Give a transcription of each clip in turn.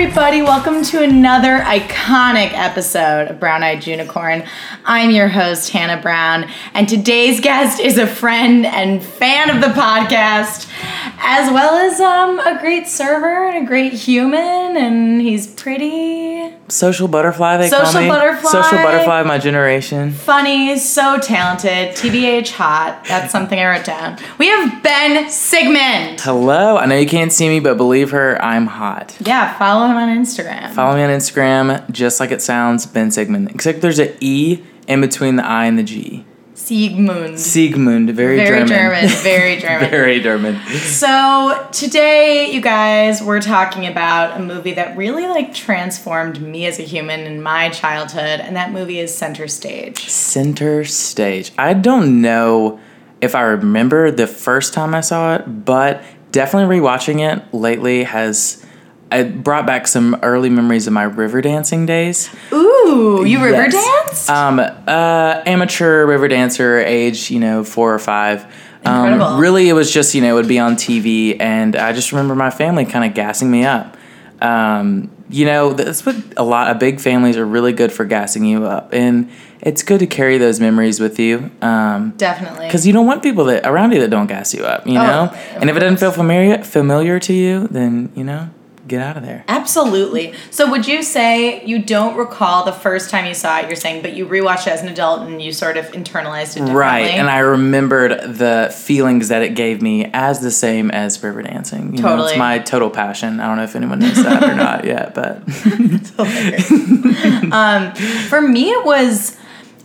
welcome to another iconic episode of Brown Eyed Unicorn. I'm your host, Hannah Brown, and today's guest is a friend and fan of the podcast, as well as um, a great server and a great human, and he's pretty Social butterfly, they call Social me. butterfly. Social butterfly, of my generation. funny, so talented, TBH hot. That's something I wrote down. We have Ben Sigmund. Hello, I know you can't see me, but believe her, I'm hot. Yeah, follow him on Instagram. Follow me on Instagram, just like it sounds, Ben Sigmund. Except there's an E in between the I and the G. Sigmund. Sigmund, very, Very German. German. Very German. very German. So today, you guys, we're talking about a movie that really like transformed me as a human in my childhood, and that movie is Center Stage. Center stage. I don't know if I remember the first time I saw it, but definitely rewatching it lately has it brought back some early memories of my river dancing days. Ooh, you river Yes. danced? Um, uh, amateur river dancer, age you know four or five. Incredible. Um, really, it was just you know it would be on TV, and I just remember my family kind of gassing me up. Um, you know that's what a lot of big families are really good for gassing you up, and it's good to carry those memories with you. Um, Definitely. because you don't want people that around you that don't gas you up, you Oh, know. And if it doesn't feel familiar familiar to you, then you know, get out of there. Absolutely. So, would you say you don't recall the first time you saw it? You're saying, but you rewatched it as an adult and you sort of internalized it differently. Right, and I remembered the feelings that it gave me as the same as river dancing. You know, Totally. it's my total passion. I don't know if anyone knows that or not yet, but For me, it was.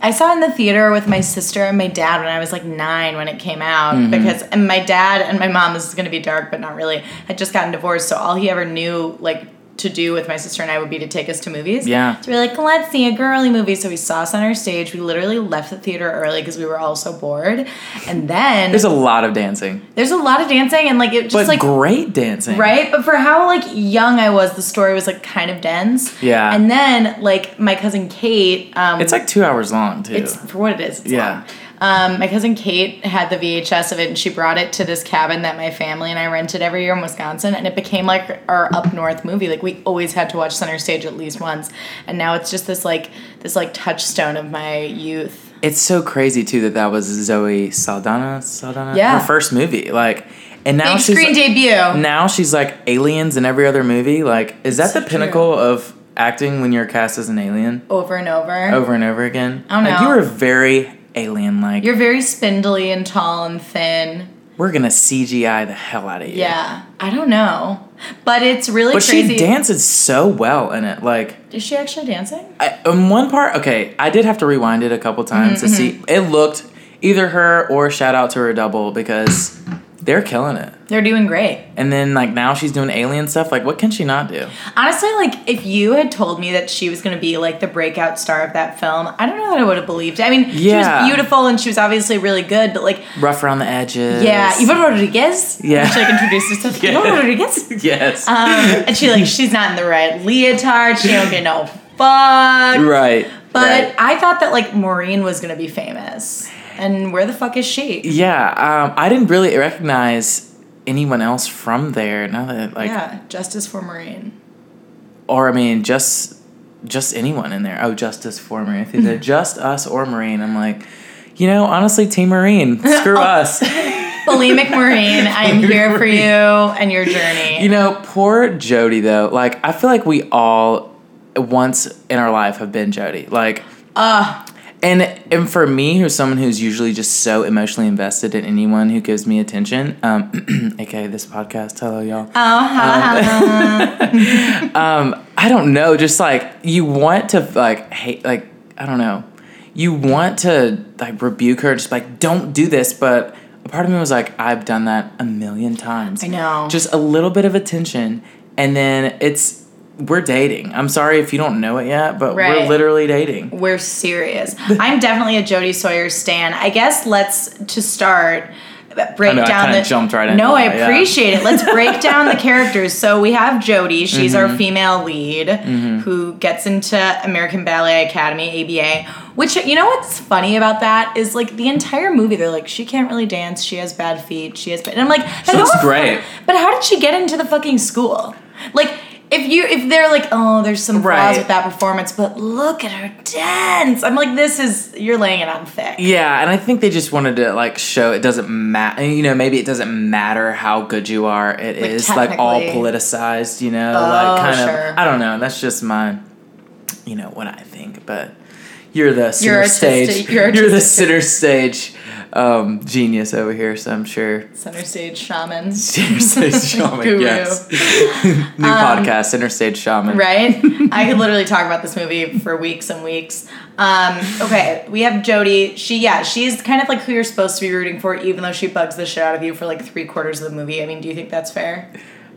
I saw it in the theater with my sister and my dad when I was like nine when it came out Mm-hmm. because and my dad and my mom this is going to be dark but not really had just gotten divorced so all he ever knew like to do with my sister and I would be to take us to movies Yeah. so we were like let's see a girly movie so we saw us on our stage we literally left the theater early because we were all so bored and then there's a lot of dancing, there's a lot of dancing and like it just but like great dancing. right but for how like young i was the story was like kind of dense Yeah. and then like my cousin kate um It's like two hours long too. it's for what it is it's Yeah. long. um my cousin kate had the vhs of it and she brought it to this cabin that my family and i rented every year in wisconsin and it became like our up north movie like we always had to watch center stage at least once and now it's just this like this like touchstone of my youth It's so crazy too that that was Zoe Saldana. Saldana. Yeah. Her first movie, like, and now big she's screen debut now she's like aliens in every other movie. Like, is that So the true. pinnacle of acting when you're cast as an alien over and over over and over again? I don't like know. you were very alien like. you're very spindly and tall and thin We're gonna CGI the hell out of you. Yeah, I don't know, but it's really But crazy. she dances so well in it. Like, Is she actually dancing? I, in one part, okay, I did have to rewind it a couple times Mm-hmm, to see. It looked either her or shout out to her double because they're killing it. They're doing great. And then like now she's doing alien stuff. Like, what can she not do? Honestly, like if you had told me that she was going to be like the breakout star of that film, I don't know that I would have believed. it. I mean, she Yeah. was beautiful and she was obviously really good, but like, Rough around the edges. yeah, Eva Rodriguez. Yeah. she like introduced herself. Eva Yeah. Rodriguez. Yes. Um, and she like she's not in the right leotard. She don't get no fuck. right. But right. I thought that like Maureen was going to be famous, and where the fuck is she? yeah, um, I didn't really recognize anyone else from there. Now that like, yeah, justice for Maureen. or I mean, just just anyone in there. Oh, Justice for Marine. If they're just us or Marine, I'm like, you know, honestly, Team Marine, screw us. Bulimic Marine, I am here for you and your journey. You know, poor Jody though. Like, I feel like we all once in our life have been Jody. Like, Ah, and and for me, who's someone who's usually just so emotionally invested in anyone who gives me attention, um, aka this podcast. Hello, y'all. oh, hello, hello. I don't know, just like you want to like hate like I don't know. You want to like rebuke her, just like don't do this, but a part of me was like, I've done that a million times. I know. Just a little bit of attention and then it's we're dating. I'm sorry if you don't know it yet, but Right. we're literally dating. We're serious. I'm definitely a Jodie Sawyer stan. I guess let's to start break I know, I down kinda the jumped right into No, I that, yeah. appreciate it. Let's break down the characters. So we have Jodie, she's Mm-hmm. our female lead who gets into American Ballet Academy ABA, which you know what's funny about that is like the entire movie they're like she can't really dance, she has bad feet, she has bad. And I'm like, that looks was- great. But how did she get into the fucking school? Like if you if they're like, oh, there's some flaws Right. with that performance, but look at her dance. I'm like, this is you're laying it on thick. Yeah, and I think they just wanted to like show it doesn't matter. You know, maybe it doesn't matter how good you are. It Like, is like all technically. politicized. You know, Oh, like kind sure. of. I don't know. That's just my, you know, what I think. But you're the center You're stage. artistic- you're the artistic. center stage um, genius over here. So I'm sure Center stage shaman. center stage shaman. Guru. Um, yes. New podcast, center stage shaman. Right? I could literally talk about this movie for weeks and weeks. Um, okay, we have Jodie. She, yeah, she's kind of like who you're supposed to be rooting for, even though she bugs the shit out of you for like three quarters of the movie. I mean, do you think that's fair?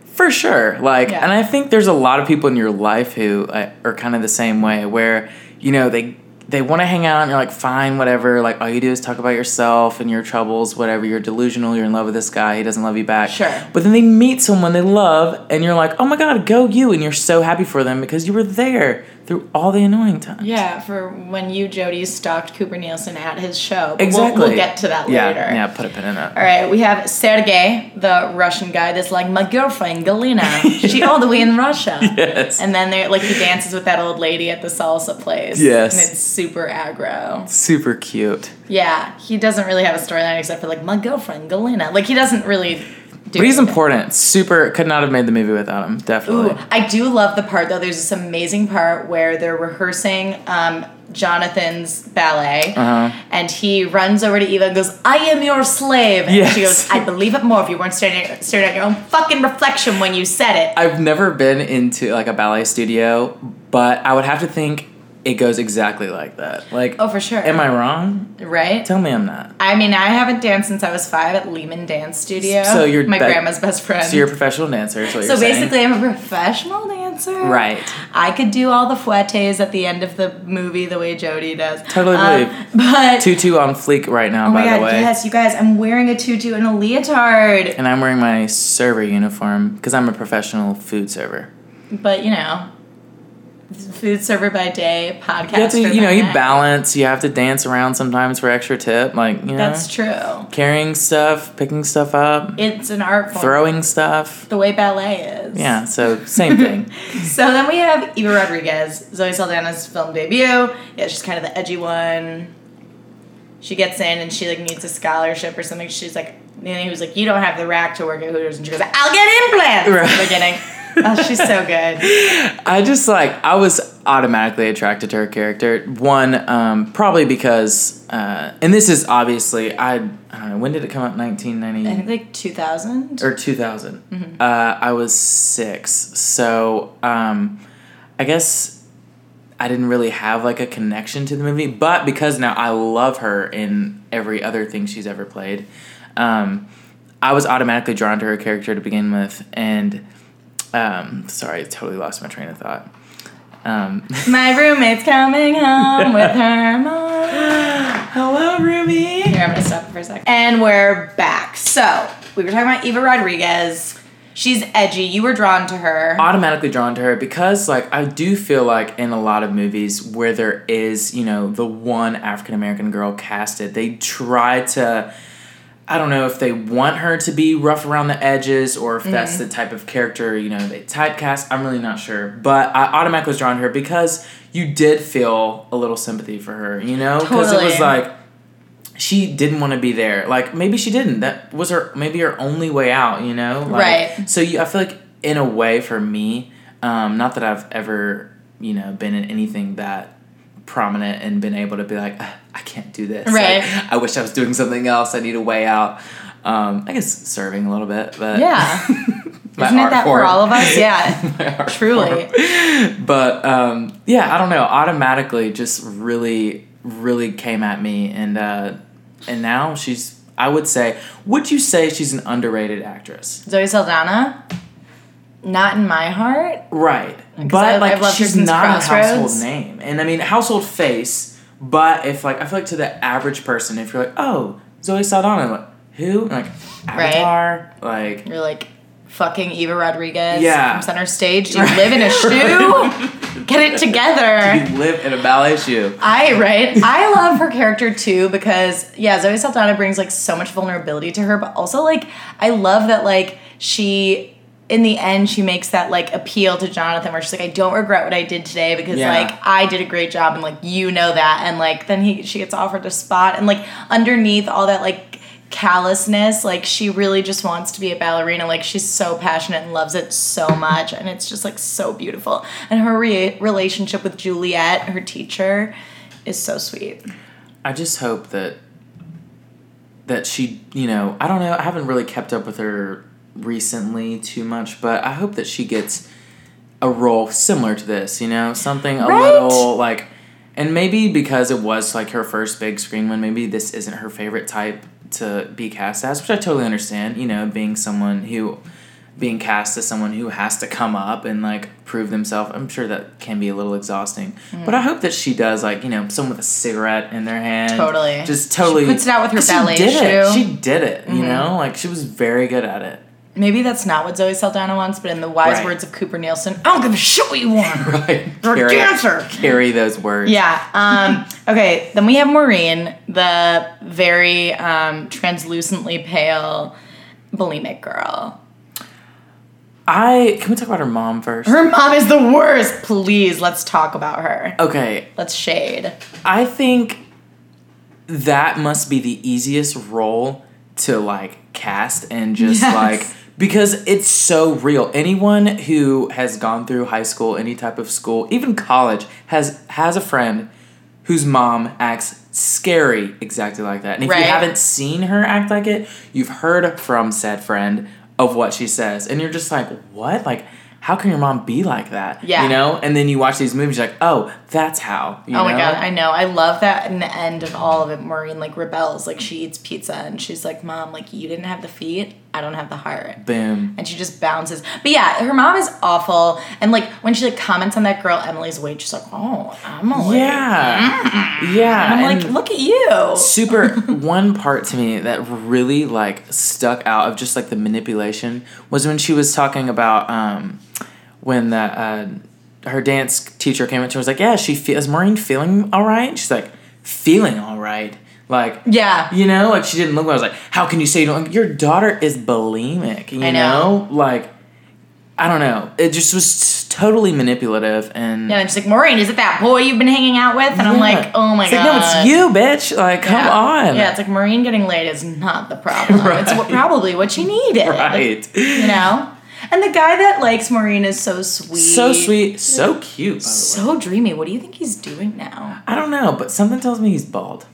For sure. Like, Yeah. and I think there's a lot of people in your life who uh, are kind of the same way, where you know they they want to hang out and you're like, fine, whatever. Like, all you do is talk about yourself and your troubles, whatever. You're delusional. You're in love with this guy. He doesn't love you back. Sure. But then they meet someone they love, and you're like, oh my god, go you! And you're so happy for them because you were there through all the annoying times. Yeah, for when you, Jodie, stalked Cooper Nielsen at his show. But we'll- Exactly. We'll, get to that yeah, later. Yeah. Put a pin in that. All right, we have Sergey, the Russian guy that's like, my girlfriend, Galina. She all the way in Russia. Yes. And then they're like, he dances with that old lady at the salsa place. Yes. And it's super aggro. Super cute. Yeah, he doesn't really have a storyline except for like my girlfriend Galena. Like he doesn't really. do But he's anything. important. Super. Could not have made the movie without him. Definitely. Ooh, I do love the part though. There's this amazing part where they're rehearsing um, Jonathan's ballet, Uh-huh. and he runs over to Eva and goes, "I am your slave." And she goes, Yes. "I believe it more if you weren't staring at, staring at your own fucking reflection when you said it." I've never been into like a ballet studio, but I would have to think it goes exactly like that. Like, Oh, for sure. Am I wrong? right? Tell me I'm not. I mean, I haven't danced since I was five at Lehman Dance Studio. So you're my ba- grandma's best friend. So you're a professional dancer. Is what so you're saying. basically, I'm a professional dancer. right? I could do all the fuetes at the end of the movie the way Jodie does. Totally Um, believe. but Tutu on fleek right now, oh my by god, the way. yes, you guys, I'm wearing a tutu and a leotard. And I'm wearing my server uniform because I'm a professional food server. But you know, food server by day, podcast. You have to, by you know, you night. balance. You have to dance around sometimes for extra tip, like you know, That's true. carrying stuff, picking stuff up, It's an art form. throwing stuff. the way ballet is. Yeah. So same thing. So then we have Eva Rodriguez, Zoe Saldana's film debut. Yeah, she's kind of the edgy one. She gets in and she like needs a scholarship or something. She's like, and he was like, "You don't have the rack to work at Hooters," and she goes, "I'll get implants." Right. At the beginning. Oh, she's so good. I just like I was automatically attracted to her character. One, um, probably because, uh, and this is obviously I, I don't know when did it come out? Nineteen I ninety think like two thousand. or two Uh, I was six, so um, I guess I didn't really have like a connection to the movie. But because now I love her in every other thing she's ever played, um, I was automatically drawn to her character to begin with, and. Um, sorry, I totally lost my train of thought. Um, My roommate's coming home with her mom. Hello, Ruby. Here, I'm gonna stop for a second. And we're back. So we were talking about Eva Rodriguez. She's edgy. You were drawn to her. Automatically drawn to her because, like, I do feel like in a lot of movies where there is, you know, the one African American girl casted, they try to. I don't know if they want her to be rough around the edges or if that's the type of character, you know, they typecast. I'm really not sure. But I automatically was drawn to her because you did feel a little sympathy for her, you know? Because it was Totally. like, she didn't want to be there. Like maybe she didn't. That was her maybe her only way out. You know, like, Right. So you, I feel like in a way for me, um, not that I've ever you know been in anything that prominent and been able to be like "Ah, I can't do this. Right. Like, I wish I was doing something else. I need a way out. Um, I guess serving a little bit, but Yeah. my Isn't it art that for form. all of us? Yeah. My art Truly. but um, yeah, I don't know. Automatically, just really, really came at me, and uh, and now she's. I would say, would you say she's an underrated actress? Zoe Saldana, not in my heart. Right, I- but like I've loved her she's since not Crossroads. a household name, and I mean household face. But if like I feel like to the average person, if you're like, oh, Zoe Saldana, like who? Like Right. Avatar, like You're like fucking Eva Rodriguez Yeah. from center stage. Do you live in a shoe? Get it together. you live in a ballet shoe. I right. I love her character too because yeah, Zoe Saldana brings like so much vulnerability to her, but also like I love that like she in the end she makes that like appeal to Jonathan where she's like I don't regret what I did today because Yeah. like I did a great job and like you know that and like then he she gets offered a spot and like underneath all that like callousness like she really just wants to be a ballerina like she's so passionate and loves it so much and it's just like so beautiful and her re- relationship with Juliet her teacher is so sweet I just hope that that she, you know, I don't know, I haven't really kept up with her recently too much, but I hope that she gets a role similar to this, you know, something a Right? little like and maybe because it was like her first big screen one, maybe this isn't her favorite type to be cast as, which I totally understand, you know, being someone who being cast as someone who has to come up and like prove themselves. I'm sure that can be a little exhausting. But I Mm. hope that she does like, you know, someone with a cigarette in their hand. Totally. Just totally She puts it out with her 'cause ballet she did It. shoe. Mm-hmm. She did it, you know? Like she was very good at it. maybe that's not what Zoe Saldana wants but in the wise Right. words of Cooper Nielsen I don't give a shit what you want Right. You're a Carry- dancer. Carry those words. Yeah. Um, okay. Then we have Maureen, the very um, translucently pale bulimic girl. I can we talk about her mom first? Her mom is the worst. Please, let's talk about her. okay. Let's shade. I think that must be the easiest role to like cast and just Yes. like because it's so real. Anyone who has gone through high school, any type of school, even college, has has a friend whose mom acts scary exactly like that. And if Right. you haven't seen her act like it, you've heard from said friend of what she says. And you're just like, what? Like, how can your mom be like that? Yeah. You know? And then you watch these movies, you're like, oh, that's how. You Oh my know? god, I know. I love that in the end of all of it, Maureen like rebels. Like she eats pizza and she's like, Mom, like you didn't have the feet, I don't have the heart. Boom. and she just bounces. But yeah, her mom is awful. And like when she like comments on that girl Emily's weight, she's like, "Oh, Emily." Yeah. Yeah. Mm. I'm and like, "Look at you." super one part to me that really like stuck out of just like the manipulation was when she was talking about um when the uh her dance teacher came up to her and was like, Yeah, she feels is Maureen feeling alright? She's like, feeling alright. Like Yeah. you know, like she didn't look well. I was like, how can you say you don't? Like, your daughter is bulimic. You I know. know? like I don't know. It just was totally manipulative and Yeah, and she's like, Maureen, is it that boy you've been hanging out with? And I'm like, oh my It's god. Like, no, it's you, bitch. Like, come Yeah. on. Yeah, it's like Maureen getting laid is not the problem. It's what, Right. probably what she needed. right. You know? And the guy that likes Maureen is so sweet. So sweet, so cute. By the way. So dreamy. What do you think he's doing now? I don't know, but something tells me he's bald.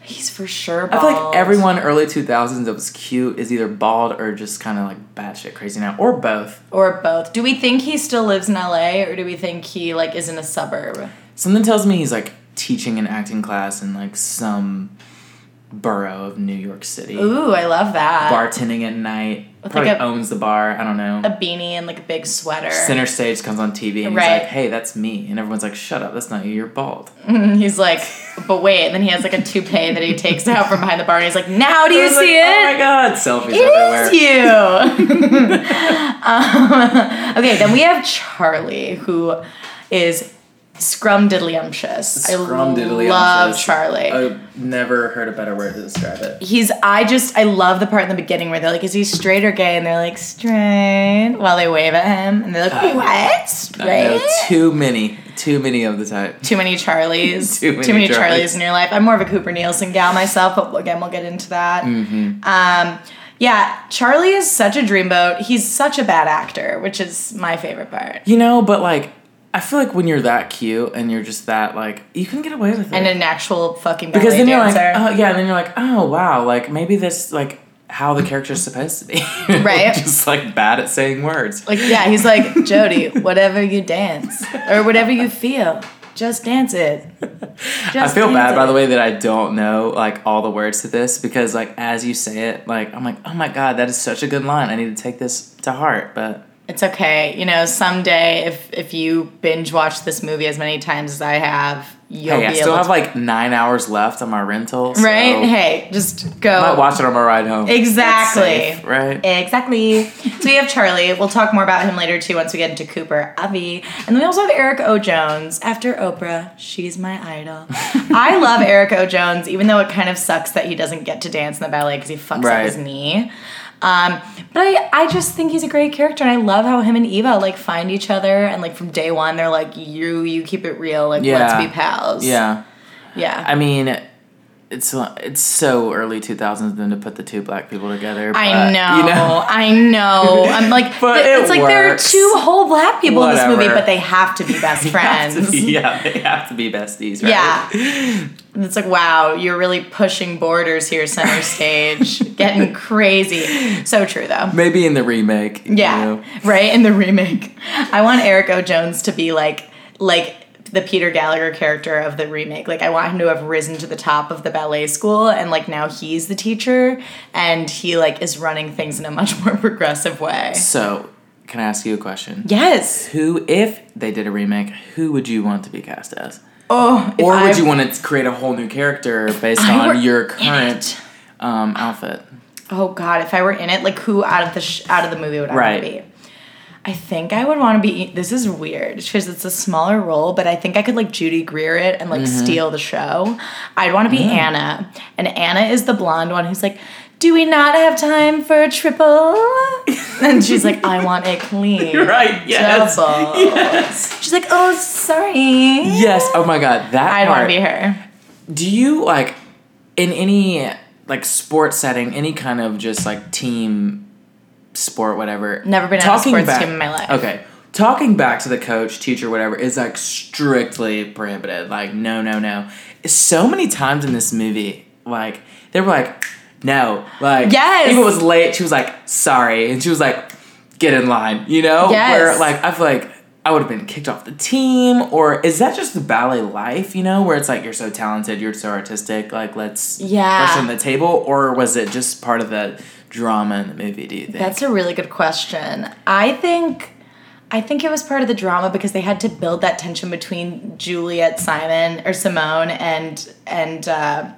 He's for sure I bald. feel like everyone early two thousands that was cute is either bald or just kind of like batshit crazy now, or both. Or both. Do we think he still lives in LA or do we think he like is in a suburb? Something tells me he's like teaching an acting class in like some borough of New York City, Ooh, I love that. bartending at night. With, Probably like, a- owns the bar. I don't know. a beanie and like a big sweater. Center stage comes on TV and Right. he's like, "Hey, that's me," and everyone's like, "Shut up, that's not you. You're bald." And he's like, but wait. And then he has like a toupee that he takes out from behind the bar and he's like, now do I you was like, see it? Oh my god, selfies It everywhere. is you. um, okay, then we have Charlie, who is scrumdiddlyumptious. I Scrumdiddlyumptious. love Charlie. I've never heard a better word to describe it. He's. I just. I love the part in the beginning where they're like, "Is he straight or gay?" And they're like, "Straight," while they wave at him, and they're like, "What? Uh, I Straight?" know too many, too many of the type. Too many Charlies. Too many Charlies. Charlies. in your life. I'm more of a Cooper Nielsen gal myself, but again, we'll get into that. Mm-hmm. Um, yeah, Charlie is such a dreamboat. He's such a bad actor, which is my favorite part. You know, but like, I feel like when you're that cute and you're just that like, you can get away with it. And an actual fucking ballet because then you're dancer. like, oh yeah, and then you're like, oh wow, like maybe this like how the character's supposed to be, Right. just like bad at saying words. like, yeah, he's like Jody. Whatever you dance or whatever you feel, just dance it. I Just feel dance bad, by it." the way, that I don't know like all the words to this because like as you say it, like I'm like, oh my god, that is such a good line. I need to take this to heart, but. It's okay. You know, someday if if you binge watch this movie as many times as I have, you'll Hey, I be still able have to like nine hours left on my rental. so Right? Hey, just go. I might watch it on my ride home. Exactly. That's safe, right? Exactly. so we have Charlie. We'll talk more about him later too once we get into Cooper, Avi. And then we also have Eric O. Jones. After Oprah, she's my idol. I love Eric O. Jones, even though it kind of sucks that he doesn't get to dance in the ballet because he fucks up Right. his knee. Um, but I, I just think he's a great character, and I love how him and Eva like find each other, and like from day one, they're like, "You, you keep it real, like Yeah. let's be pals." Yeah. yeah. I mean, it's it's so early 2000s of them to put the two black people together. But, I know, You know, I know. I'm like, But th- it's it like there are works. two whole black people in this movie, Whatever. but they have to be best friends. Have to be- yeah, they have to be besties, right? Yeah. And it's like, wow, you're really pushing borders here, center stage. Getting crazy. So true, though. Maybe in the remake. you Yeah. know. Right? In the remake. I want Eric O. Jones to be like, like, the Peter Gallagher character of the remake. Like I want him to have risen to the top of the ballet school and like now he's the teacher and he like is running things in a much more progressive way. So, can I ask you a question? Yes. Who, if they did a remake, who would you want to be cast as? Oh, if Or would I- you want to create a whole new character based I were on your in current it. um, outfit? Oh god, if I were in it, like who out of the sh- out of the movie would I Right. want to be? I think I would want to be. This is weird because it's a smaller role, but I think I could like Judy Greer it and like Mm-hmm. steal the show. I'd want to be Anna, and Anna is the blonde one who's like, "Do we not have time for a triple?" and she's like, "I want it clean." Right, yes. Double. Yes. She's like, "Oh, sorry." Yes. Oh my God. That I'd want part. to be her. Do you like in any like sports setting, any kind of just like team sport, whatever? Never been on a sports team in my life. Okay. Talking back to the coach, teacher, whatever, is like strictly prohibited. Like, no, no, no. So many times in this movie, like, they were like, no. Like, Yes. Eva was late. She was like, sorry. And she was like, get in line, you know? Yes. Where, like, I feel like I would have been kicked off the team, or is that just the ballet life, you know, where it's like you're so talented, you're so artistic, like let's Yeah. rush on the table, or was it just part of the drama in the movie? Do you think? That's a really good question. I think I think it was part of the drama because they had to build that tension between Juliet Simon or Simone and and uh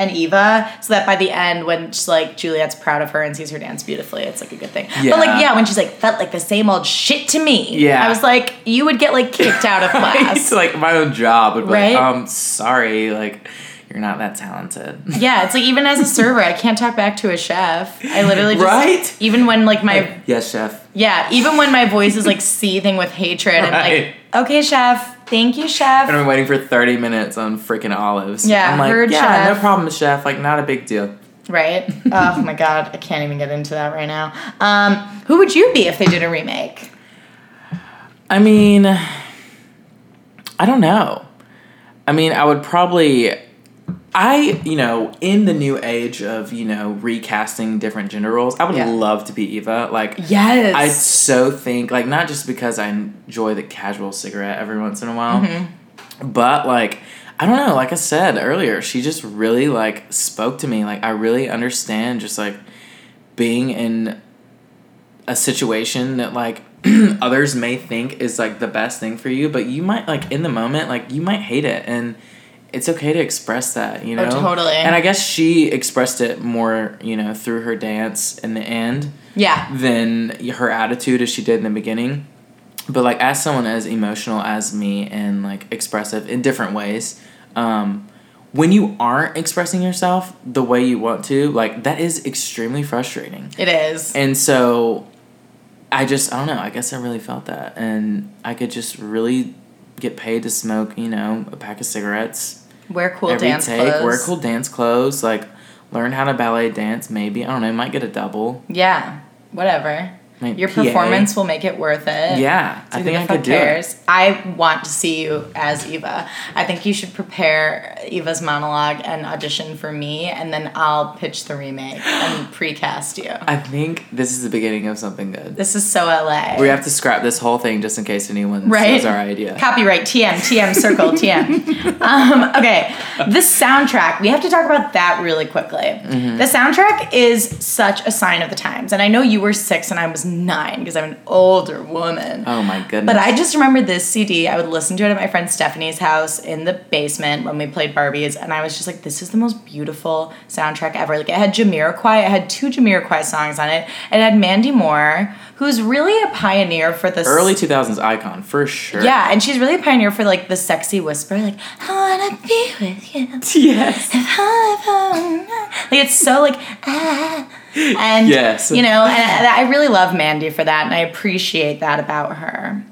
and Eva, so that by the end, when she's like Juliet's proud of her and sees her dance beautifully, it's like a good thing. But like, Yeah. yeah, when she's like felt like the same old shit to me. Yeah. I was like, you would get like kicked out of it's class. like my own job would be Right? like, um, sorry, like you're not that talented. yeah, it's like even as a server, I can't talk back to a chef. I literally just Right? even when like my yes, chef. Yeah, even when my voice is like seething with hatred, Right. I'm like, okay, chef, thank you, And chef. I'm waiting for 30 minutes on freaking olives. Yeah, I'm like, heard, yeah, chef." no problem, chef. Like, not a big deal. Right? Oh my god, I can't even get into that right now. Um, who would you be if they did a remake? I mean, I don't know. I mean, I would probably. I, you know, in the new age of, you know, recasting different gender roles, I would Yeah. love to be Eva. Like, Yes. I so think, like, not just because I enjoy the casual cigarette every once in a while, Mm-hmm. but, like, I don't know, like I said earlier, she just really, like, spoke to me. Like, I really understand just, like, being in a situation that like others may think is like the best thing for you, but you might like in the moment like you might hate it and it's okay to express that, you know. Oh, totally. And I guess she expressed it more, you know, through her dance in the end yeah. than her attitude as she did in the beginning. But like as someone as emotional as me and like expressive in different ways, um, when you aren't expressing yourself the way you want to, like that is extremely frustrating. It is. And so I just I don't know, I guess I really felt that and I could just really get paid to smoke, you know, a pack of cigarettes Wear cool every dance take, clothes. wear cool dance clothes, like learn how to ballet dance maybe. I don't know, might get a double. Yeah. Whatever. Like, Your PA. performance will make it worth it. Yeah, So I who the think I fuck could do it. cares? I want to see you as Eva. I think you should prepare Eva's monologue and audition for me, and then I'll pitch the remake and precast you. I think this is the beginning of something good. This is so LA. We have to scrap this whole thing just in case anyone Right. steals our idea. Copyright TM, TM, circle, TM. Um, okay, the soundtrack, we have to talk about that really quickly. Mm-hmm. The soundtrack is such a sign of the times. And I know you were six and I was nine because I'm an older woman. Oh my goodness. But I just remember this CD. I would listen to it at my friend Stephanie's house in the basement when we played Barbies, and I was just like, "This is the most beautiful soundtrack ever." Like it had Jamiroquai. It had two Jamiroquai songs on it. It had Mandy Moore, who's really a pioneer for this early 2000s icon for sure. Yeah, and she's really a pioneer for like the sexy whisper, like "I wanna be with you." Yes. Like it's so like ah, And Yes. you know, and I, I really love Mandy for that, and I appreciate that about her.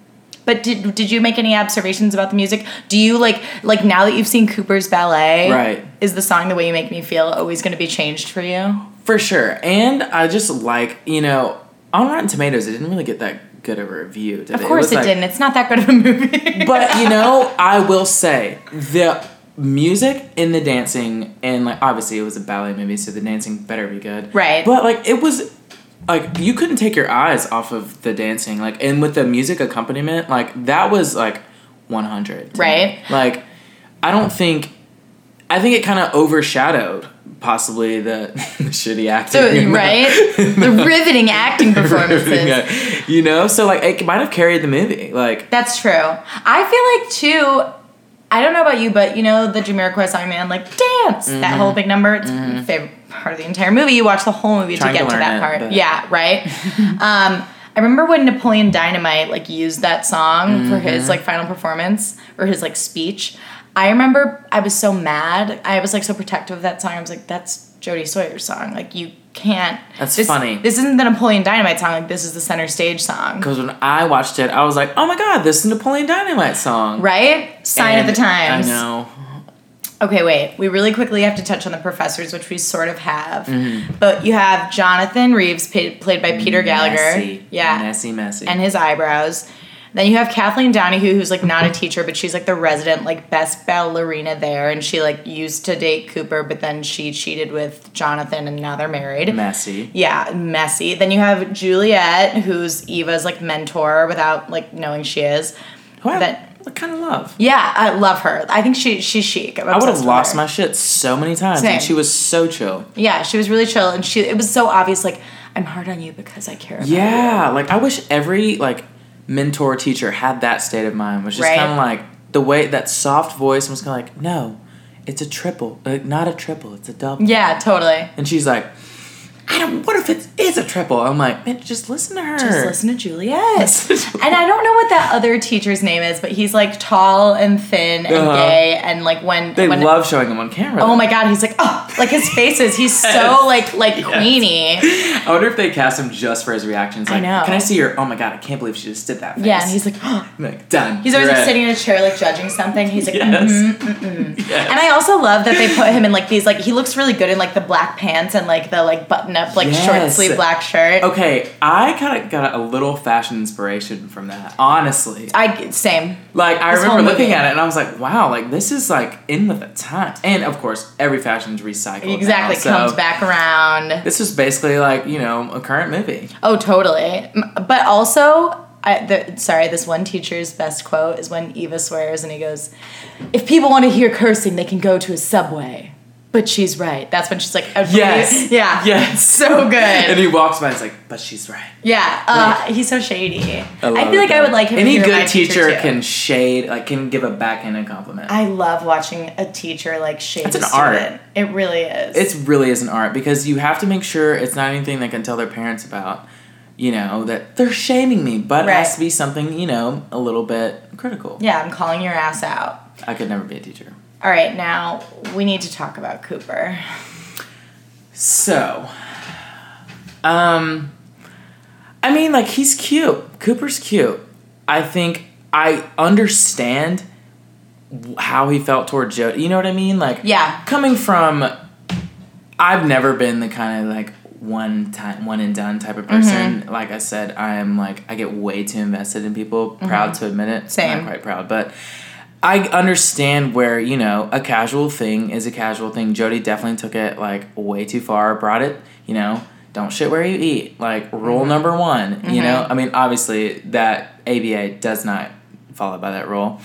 But did did you make any observations about the music? Do you like like now that you've seen Cooper's ballet? Right. Is the song "The Way You Make Me Feel" always going to be changed for you? For sure. And I just like, you know, on Rotten Tomatoes, it didn't really get that good of a review. Did Of course was it, like- didn't. It's not that good of a movie. But, you know, I will say the music and the dancing, and like, obviously it was a ballet movie, so the dancing better be good. Right. But, like, it was, like, you couldn't take your eyes off of the dancing. Like, and with the music accompaniment, like, that was, like, 100. to me. Right. Like, I don't think, I think it kind of overshadowed possibly the, shitty acting. So, in that- right? the riveting acting performances. Yeah. You know, so like it might have carried the movie. Like That's true. I feel like too. I don't know about you, but you know the Jamiroquai song, man, like dance that Mm-hmm. whole big number. It's my favorite part of the entire movie. You watch the whole movie Trying to to get to, learn that it, part. but- Yeah, right. um, I remember when Napoleon Dynamite like used that song for Mm-hmm. his like final performance or his like speech. I remember I was so mad. I was like so protective of that song. I was like, "That's Jodie Sawyer's song. Like you can't." That's this- funny. This isn't the Napoleon Dynamite song. Like this is the center stage song. because when I watched it, I was like, oh my god, this is Napoleon Dynamite song. Right? Sign And of the times. I know. Okay, wait. We really quickly have to touch on the professors, which we sort of have. Mm-hmm. But you have Jonathan Reeves, pa- played by Peter Gallagher. Messy. Mm-hmm. Yeah. Messy, messy. And his eyebrows. Then you have Kathleen Donahue, who's like not a teacher, but she's like the resident, like best ballerina there. And she like used to date Cooper, but then she cheated with Jonathan and now they're married. messy. Yeah, messy. Then you have Juliet, who's Eva's like mentor without like knowing she is. Who I That- kind of love. Yeah, I love her. I think she she's chic. I would have lost my shit so many times, Same. and she was so chill. Yeah, she was really chill, and she it was so obvious. Like I'm hard on you because I care. About Yeah, like I wish every like mentor teacher had that state of mind, which is Right. kind of like the way that soft voice was kind of like, no, it's a triple, like not a triple, it's a double. you. Yeah, totally. And she's like, I don't, what if it is a triple? I'm like, man, just listen to her. Just listen to Juliet. and I don't know what that other teacher's name is, but he's like tall and thin and Uh-huh. gay, and like when They when, love showing him on camera. Oh my god, he's like oh, like his faces. He's Yes. so like like Yes. Queenie. I wonder if they cast him just for his reactions. I Like, know. can I see your, oh my God, I can't believe she just did that face. Yeah, and he's like I'm like, done. he's always you're like it. sitting in a chair like judging something. He's like Yes. "Mhm." Yes. And I also love that they put him in like these like he looks really good in like the black pants and like the like button up like short Yes. sleeve black shirt. Okay, I kind of got a little fashion inspiration from that, honestly. I same. Like I This remember whole looking movie. at it and I was like, wow, like this is like in with the times. And of course, every fashion's recycled. Exactly, now, so comes back around. This is basically like you know a current movie. Oh, totally. M- But also, I, the, sorry, this one teacher's best quote is when Eva swears and he goes, "If people want to hear cursing, they can go to a subway." But she's right. That's when she's like, I believe- Yes. yeah, Yes. so good." And he walks by and he's like, but she's right. yeah, uh, he's so shady. I, love feel like that. I would like him. if Any he were my good teacher, too. can shade, like can give a backhanded compliment. I love watching a teacher like shade. That's an a student. art. It really is. it really is an art because you have to make sure it's not anything they can tell their parents about. You know that they're shaming me, but it Right. has to be something you know a little bit critical. yeah, I'm calling your ass out. I could never be a teacher. All right, now we need to talk about Cooper. So, um, I mean, like he's cute. Cooper's cute. I think I understand w- how he felt toward Joe. You know what I mean? Like, Yeah. coming from, I've never been the kind of like one time, one and done type of person. Like I said, I am like I get way too invested in people. Proud to admit it. Same. Not quite proud, but. I understand where you know a casual thing is a casual thing. Jody definitely took it like way too far. Brought it, you know. Don't shit where you eat. Like rule number one, you know. I mean, obviously that ABA does not follow by that rule,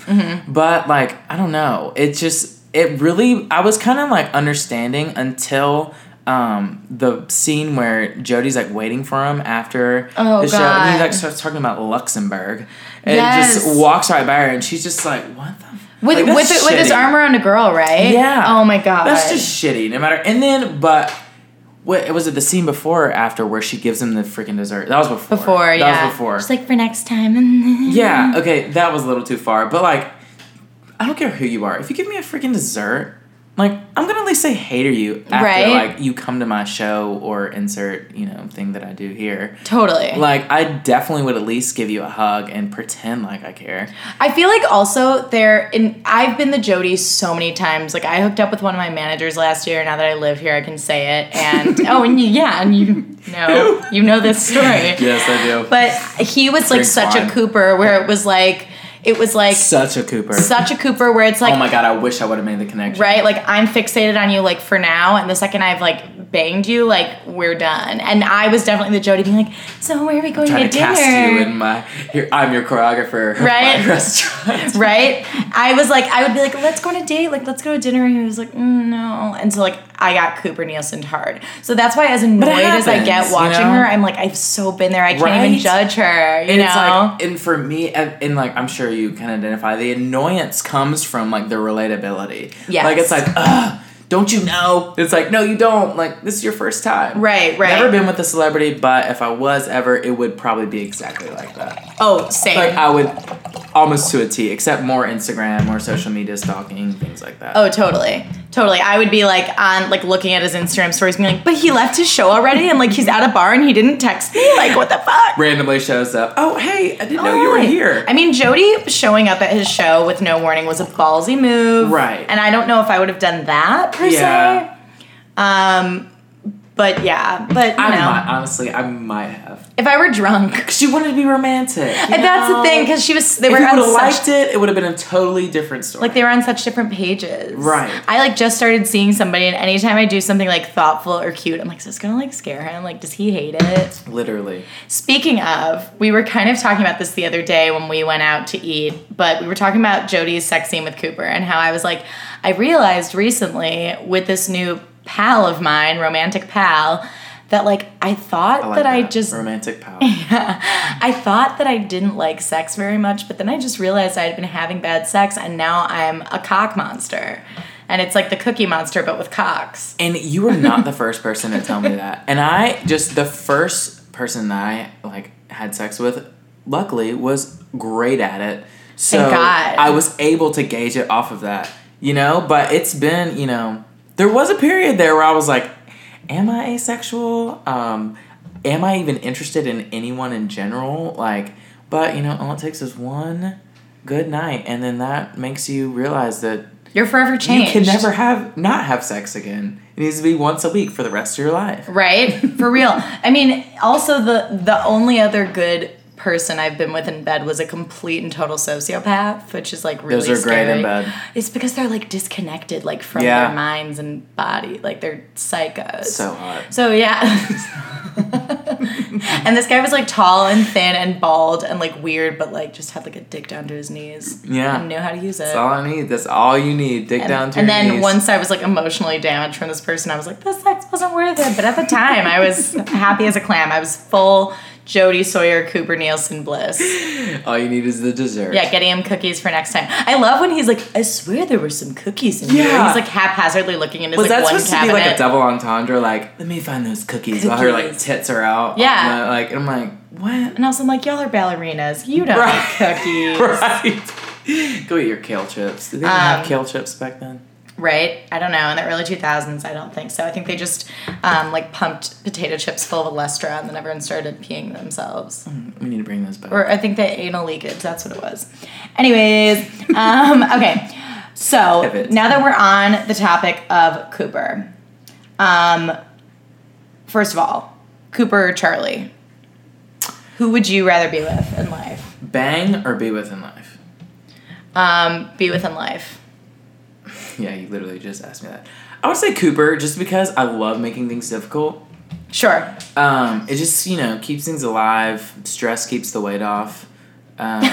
but like I don't know. It just it really. I was kind of like understanding until um the scene where Jody's like waiting for him after Oh, the show, and God. he like starts talking about Luxembourg, and Yes. just walks right by her, and she's just like, "What the." f-" With Like, with that's with his shitty. arm around a girl, right? Yeah. Oh my god. That's just shitty. No matter. And then, but what was it? The scene before or after where she gives him the freaking dessert? That was before. before, That yeah. was before. She's like for next time. and then- yeah. Okay, that was a little too far. But like, I don't care who you are. If you give me a freaking dessert, like I'm gonna at least say hater you after Right. like you come to my show or insert you know thing that I do here. Totally. Like I definitely would at least give you a hug and pretend like I care. I feel like also there in I've been the Jody so many times. Like I hooked up with one of my managers last year. Now that I live here, I can say it. And oh, and you, yeah, and you know you know this story. Yes, I do. But he was like Drink such wine. a Cooper, where it was like it was like such a Cooper. such a Cooper, where it's like oh my god, I wish I would have made the connection. right? Like I'm fixated on you like for now, and the second I've like banged you, like we're done. And I was definitely the Jody being like, so where are we going Trying to dinner? cast you in my. Here, I'm your choreographer. of Right. My restaurant. right? I was like, I would be like, let's go on a date, like let's go to dinner. And he was like, mm, no. And so like I got Cooper Nielsen hard. So that's why as annoyed as I happens, get you watching know? her, I'm like, I've so been there. I can't even Right? judge her. You know? It's like, and for me, and, and like I'm sure you can identify, the annoyance comes from like the relatability. Yes. Like it's like, ugh, don't you know? It's like, no, you don't. Like this is your first time. Right, right. Never been with a celebrity, but if I was ever, it would probably be exactly like that. oh, same. Like I would, almost to a T, except more Instagram, more social media stalking, things like that. Oh, totally. Totally. I would be like on like looking at his Instagram stories and being like, but he left his show already and like he's at a bar and he didn't text me. Like what the fuck? Randomly shows up. Oh hey, I didn't know you were Right. here. I mean, Jody showing up at his show with no warning was a ballsy move. Right. And I don't know if I would have done that per Yeah. se. Um but yeah, but you I know, might honestly, I might have. if I were drunk, She wanted to be romantic. you and that's the know? thing because she was they If were you would have on liked such, it, it would have been a totally different story. like they were on such different pages. Right. I like just started seeing somebody, and anytime I do something like thoughtful or cute, I'm like, is this gonna like scare him? Like, does he hate it? literally. Speaking of, we were kind of talking about this the other day when we went out to eat, but we were talking about Jody's sex scene with Cooper and how I was like, I realized recently with this new pal of mine, romantic pal, that like I thought I like that, I just romantic power. I thought that I didn't like sex very much, but then I just realized I had been having bad sex and now I'm a cock monster. And it's like the cookie monster but with cocks. and you were not the first person to tell me that. And I just the first person that I like had sex with, luckily, was great at it. So Thank God. I was able to gauge it off of that. You know, but it's been, you know, there was a period there where I was like, Am I asexual? Um, am I even interested in anyone in general? Like, but you know, all it takes is one good night, and then that makes you realize that You're forever changed. you can never have not have sex again. It needs to be once a week for the rest of your life. Right? For real. I mean, also the the only other good person I've been with in bed was a complete and total sociopath, which is like really Those are great scary. in bed. It's because they're like disconnected like from Yeah. their minds and body. Like they're psychos. So hot. So yeah. and this guy was like tall and thin and bald and like weird, but like just had like a dick down to his knees. Yeah. And knew how to use it. That's all I need. That's all you need. Dig down to and your then knees. once I was like emotionally damaged from this person, I was like, this sex wasn't worth it. But at the time, I was happy as a clam. I was full Jody Sawyer, Cooper Nielsen bliss. all you need is the dessert. Yeah, getting him cookies for next time. I love when he's like, I swear there were some cookies in here. Yeah. He's like haphazardly looking into Was his like that one supposed cabinet. to be like a double entendre? Like, let me find those cookies, while her like Cookies. tits are out. Yeah. And, like, and I'm like, what? and also, I'm like, y'all are ballerinas. You don't Right. eat cookies. right. Go eat your kale chips. Did they even have Um, kale chips back then? right? I don't know. In the early 2000s, I don't think so. I think they just um, like pumped potato chips full of Lestra and then everyone started peeing themselves. We need to bring those back. or I think that anal leakage. That's what it was. Anyways, um, okay. So Pivot. now that we're on the topic of Cooper, um, first of all, Cooper or Charlie, who would you rather be with in life? Bang or be with in life. Um, be with in life. Yeah, you literally just asked me that. I would say Cooper, just because I love making things difficult. Sure. Um, it just you know keeps things alive. Stress keeps the weight off. Um,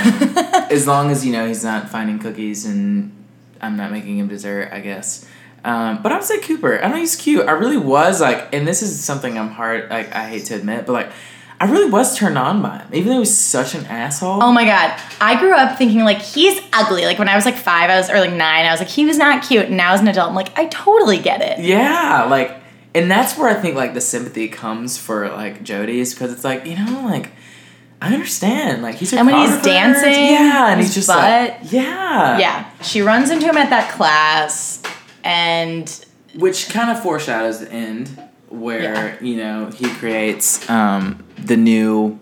as long as you know he's not finding cookies and I'm not making him dessert, I guess. Um, but I would say Cooper. I know he's cute. I really was like, and this is something I'm hard. Like I hate to admit, but like I really was turned on by him, even though he's such an asshole. Oh my god. I grew up thinking like he's ugly. Like when I was like five, I was or like nine, I was like he was not cute. And now as an adult, I'm like I totally get it. Yeah, like, and that's where I think like the sympathy comes for like Jody is because it's like you know like I understand like he's a And when he's choreographer. dancing, yeah, and he's his just like butt. yeah, Yeah, she runs into him at that class. and which kind of foreshadows the end where Yeah. you know he creates um, the new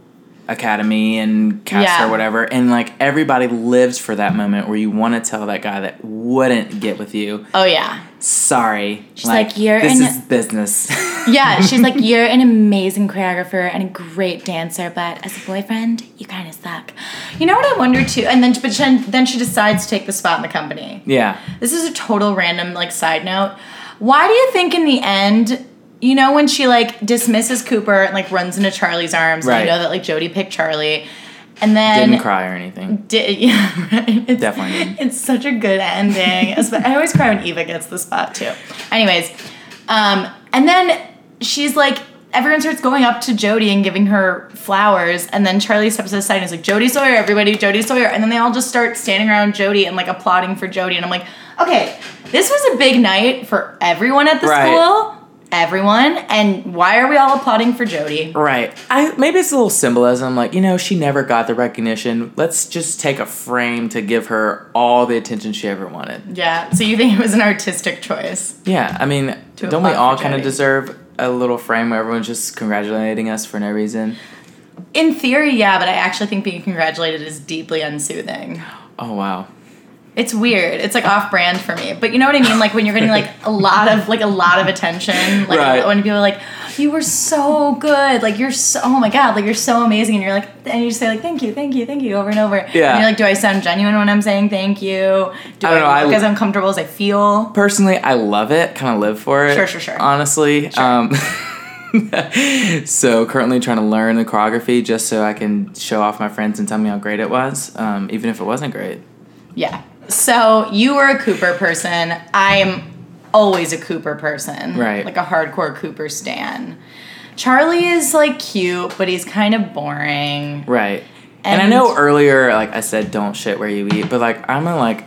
academy and cast Yeah. or whatever and like everybody lives for that moment where you want to tell that guy that wouldn't get with you oh yeah, sorry she's like, "You're this an- is business yeah. She's like, you're an amazing choreographer and a great dancer, but as a boyfriend, you kind of suck. You know what I wonder too? And then, but then, then she decides to take the spot in the company. yeah This is a total random like side note. Why do you think in the end, you know, when she like dismisses Cooper and like runs into Charlie's arms, and Right. you know that like Jody picked Charlie, and then didn't cry or anything Did, yeah, right. It's, Definitely didn't. It's such a good ending. It's- I always cry when Eva gets the spot too. Anyways, um, and then she's like, everyone starts going up to Jody and giving her flowers, and then Charlie steps aside and is like, Jody Sawyer, everybody, Jody Sawyer, and then they all just start standing around Jody and like applauding for Jody, and I'm like, okay, this was a big night for everyone at the Right. school. Everyone, and why are we all applauding for Jody? right i maybe it's a little symbolism like you know she never got the recognition let's just take a frame to give her all the attention she ever wanted Yeah, so you think it was an artistic choice? Yeah, I mean, To don't we applaud all for kind of Jenny. deserve a little frame where everyone's just congratulating us for no reason? In theory, yeah, but I actually think being congratulated is deeply unsoothing. Oh wow. It's weird. It's like off brand for me. But you know what I mean? Like when you're getting like a lot of like a lot of attention. Like Right. when people are like, You were so good, like you're so oh my god, like you're so amazing and you're like and you just say like thank you, thank you, thank you over and over. Yeah. And you're like, Do I sound genuine when I'm saying thank you? Do I don't know, I- look as uncomfortable as I feel? Personally, I love it. Kind of live for it. Sure, sure, sure. Honestly, um, so currently trying to learn the choreography just so I can show off my friends and tell me how great it was, um, even if it wasn't great. Yeah. So you were a Cooper person. I'm always a Cooper person. Right. Like a hardcore Cooper stan. Charlie is like cute, but he's kind of boring. Right. And, I And- know earlier, like I said, don't shit where you eat, but like I'm a like,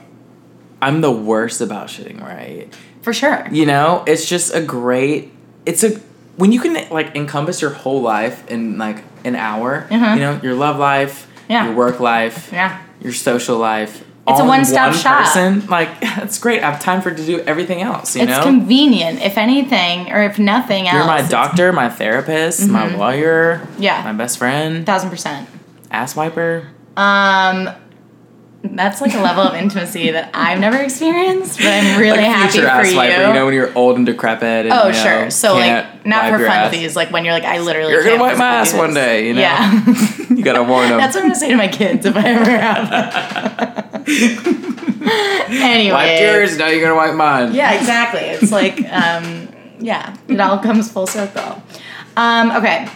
I'm the worst about shitting where I eat. For sure. You know, it's just a great. It's a when you can like encompass your whole life in like an hour. Mhm. You know, your love life, Yeah. your work life, Yeah. your social life. It's a all in one-stop shop. Person, like that's great. I have time for to do everything else. You it's know, convenient, if anything, or if nothing else. you're my doctor, my therapist, my lawyer. Mm-hmm. Yeah. my best friend, Thousand percent. ass wiper. Um that's like a level of intimacy that I've never experienced, but I'm really like happy future for ass you. wiper. You know when you're old and decrepit. And, Oh you know, sure. So like can't not wipe for your fun ass. these, like when you're like I literally You're gonna can't wipe my ass physically do one this. day. You know. Yeah. you gotta warn them. That's what I'm gonna say to my kids if I ever have. them. anyway. Wiped yours, now you're gonna wipe mine. Yeah, exactly. It's like, um, yeah, it all comes full circle. Um, okay.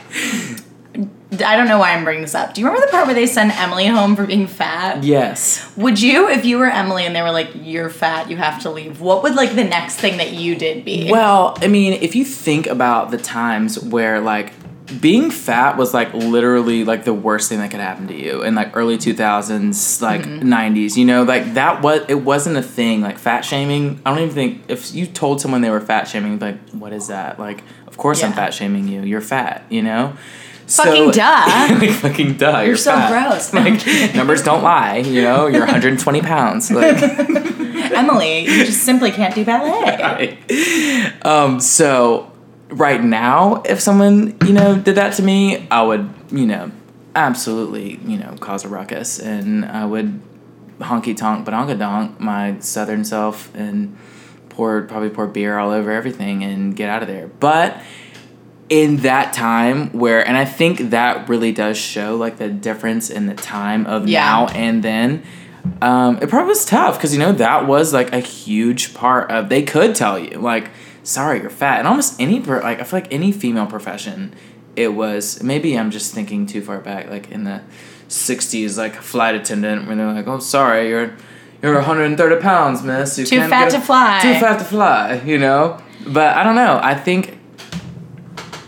I don't know why I'm bringing this up. Do you remember the part where they send Emily home for being fat? Yes. Would you, if you were Emily and they were like, "You're fat, you have to leave," what would like the next thing that you did be? Well, I mean, if you think about the times where like being fat was like literally like the worst thing that could happen to you in like early 2000s like Mm-hmm. 90s you know like that was it wasn't a thing like fat shaming i don't even think if you told someone they were fat shaming like what is that like of course i'm Yeah. fat shaming you you're fat you know Fucking duh. like, fucking duh you're, so fat. gross. like numbers don't lie you know you're 120 pounds like Emily, you just simply can't do ballet. Right. um, so right now, if someone, you know, did that to me, I would, you know, absolutely, you know, cause a ruckus and I would honky tonk badonka donk my southern self and pour probably pour beer all over everything and get out of there. But in that time where and I think that really does show like the difference in the time of Yeah. now and then. Um, it probably was tough because you know that was like a huge part of they could tell you like sorry you're fat and almost any per- like I feel like any female profession it was maybe I'm just thinking too far back like in the 60s like flight attendant when they're like oh sorry you're you're 130 pounds miss you Too can't fat get a- to fly." too fat to fly you know but I don't know I think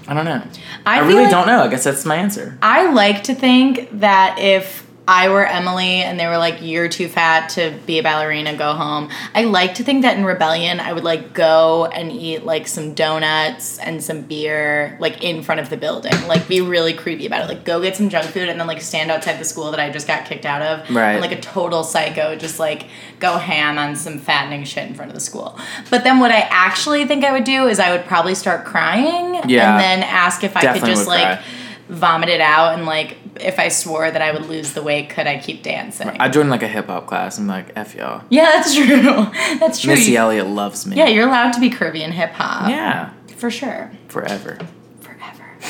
I don't know. I I, feel really like- don't know. I guess that's my answer. I like to think that if I were Emily and they were like, you're too fat to be a ballerina, go home. I like to think that in Rebellion, I would like go and eat like some donuts and some beer, like in front of the building. Like be really creepy about it. Like go get some junk food and then like stand outside the school that I just got kicked out of. Right. And like a total psycho, just like go ham on some fattening shit in front of the school. But then what I actually think I would do is I would probably start crying Yeah. and then ask if I could Definitely just would cry. like vomit it out and like if I swore that I would lose the weight, could I keep dancing? I joined like a hip hop class. I'm like, F y'all. yeah, that's true. That's true. Missy You- Elliott loves me. yeah, you're allowed to be curvy and hip hop. Yeah. For sure. Forever. Forever.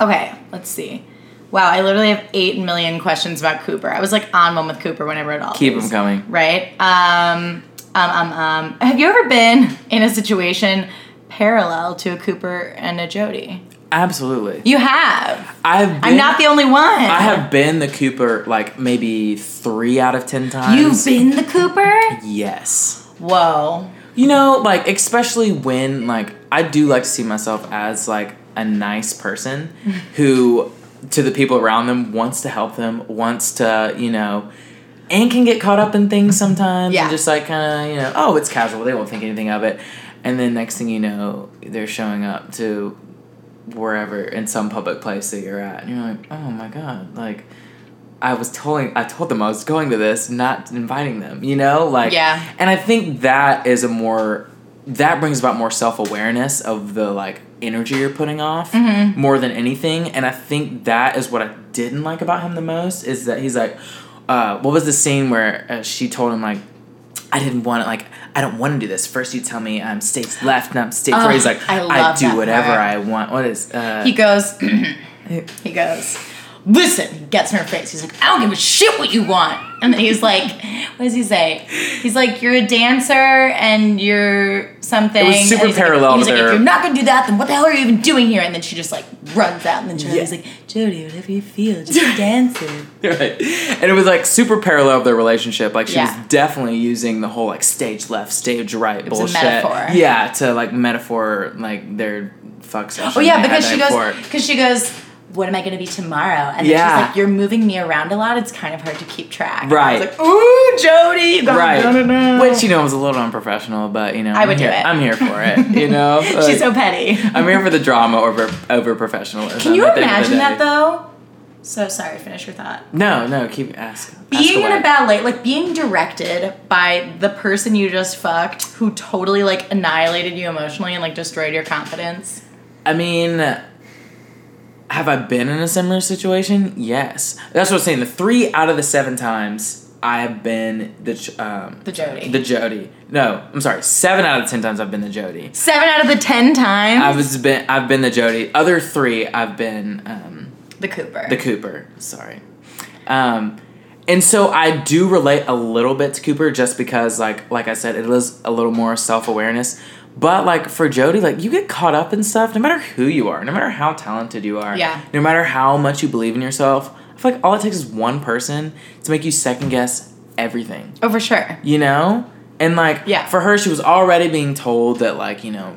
okay, let's see. Wow, I literally have 8 million questions about Cooper. I was like on one with Cooper when I wrote all Keep these. them coming. Right? Um, um, um, um. Have you ever been in a situation parallel to a Cooper and a Jody? Absolutely. You have. I've been, I'm not the only one. I have been the Cooper like maybe three out of ten times. You've been the Cooper? Yes. Whoa. You know, like especially when like I do like to see myself as like a nice person who to the people around them wants to help them, wants to, you know, and can get caught up in things sometimes Yeah. and just like kind of, you know, oh, it's casual, they won't think anything of it. And then next thing you know, they're showing up to wherever in some public place that you're at. And you're like, "Oh my god, like I was telling I told them I was going to this, not inviting them, you know? Like Yeah. and I think that is a more that brings about more self-awareness of the like energy you're putting off Mm-hmm. more than anything and i think that is what i didn't like about him the most is that he's like uh, what was the scene where uh, she told him like i didn't want to like i don't want to do this first you tell me i'm stage left and i'm stage right he's Oh, like I i, love do that whatever part. i want what is uh, He goes, he goes, listen, he gets in her face. He's like, I don't give a shit what you want. And then he's like, what does he say? He's like, you're a dancer and you're something. It was super And he's like- parallel He's to like, their- if you're not going to do that, then what the hell are you even doing here? And then she just like runs out. And then Jody's Yeah. like, Jody, whatever you feel, just dance it. Right. And it was like super parallel of their relationship. Like she Yeah. was definitely using the whole like stage left, stage right was a bullshit. metaphor. Yeah, to like metaphor like their fuck session. Oh yeah, they had because she that goes, for. because she goes, what am I going to be tomorrow? And then Yeah. she's like, you're moving me around a lot. It's kind of hard to keep track. And I was Right. like, ooh, Jody, you got Right. no, no, no. Which you know was a little unprofessional, but you know I would I'm do here, it. I'm here for it. You know? Like, She's so petty. I'm here for the drama over over professionalism. Can you at the end of the imagine that day. though? So sorry, finish your thought. No, no, keep ask. ask Being in away. a ballet, like being directed by the person you just fucked who totally like annihilated you emotionally and like destroyed your confidence. I mean, have I been in a similar situation? Yes. That's what I'm saying. The three out of the seven times I have been the ch- um, The Jody. the Jody. No, I'm sorry. Seven out of the ten times I've been the Jody. Seven out of the ten times I've was been I've been the Jody. Other three I've been um, the Cooper. the Cooper. Sorry. Um, and so I do relate a little bit to Cooper just because like like I said, it is a little more self awareness. But like for Jody, like you get caught up in stuff no matter who you are, no matter how talented you are, Yeah. no matter how much you believe in yourself. I feel like all it takes is one person to make you second guess everything oh, for sure. you know and like Yeah. for her she was already being told that like you know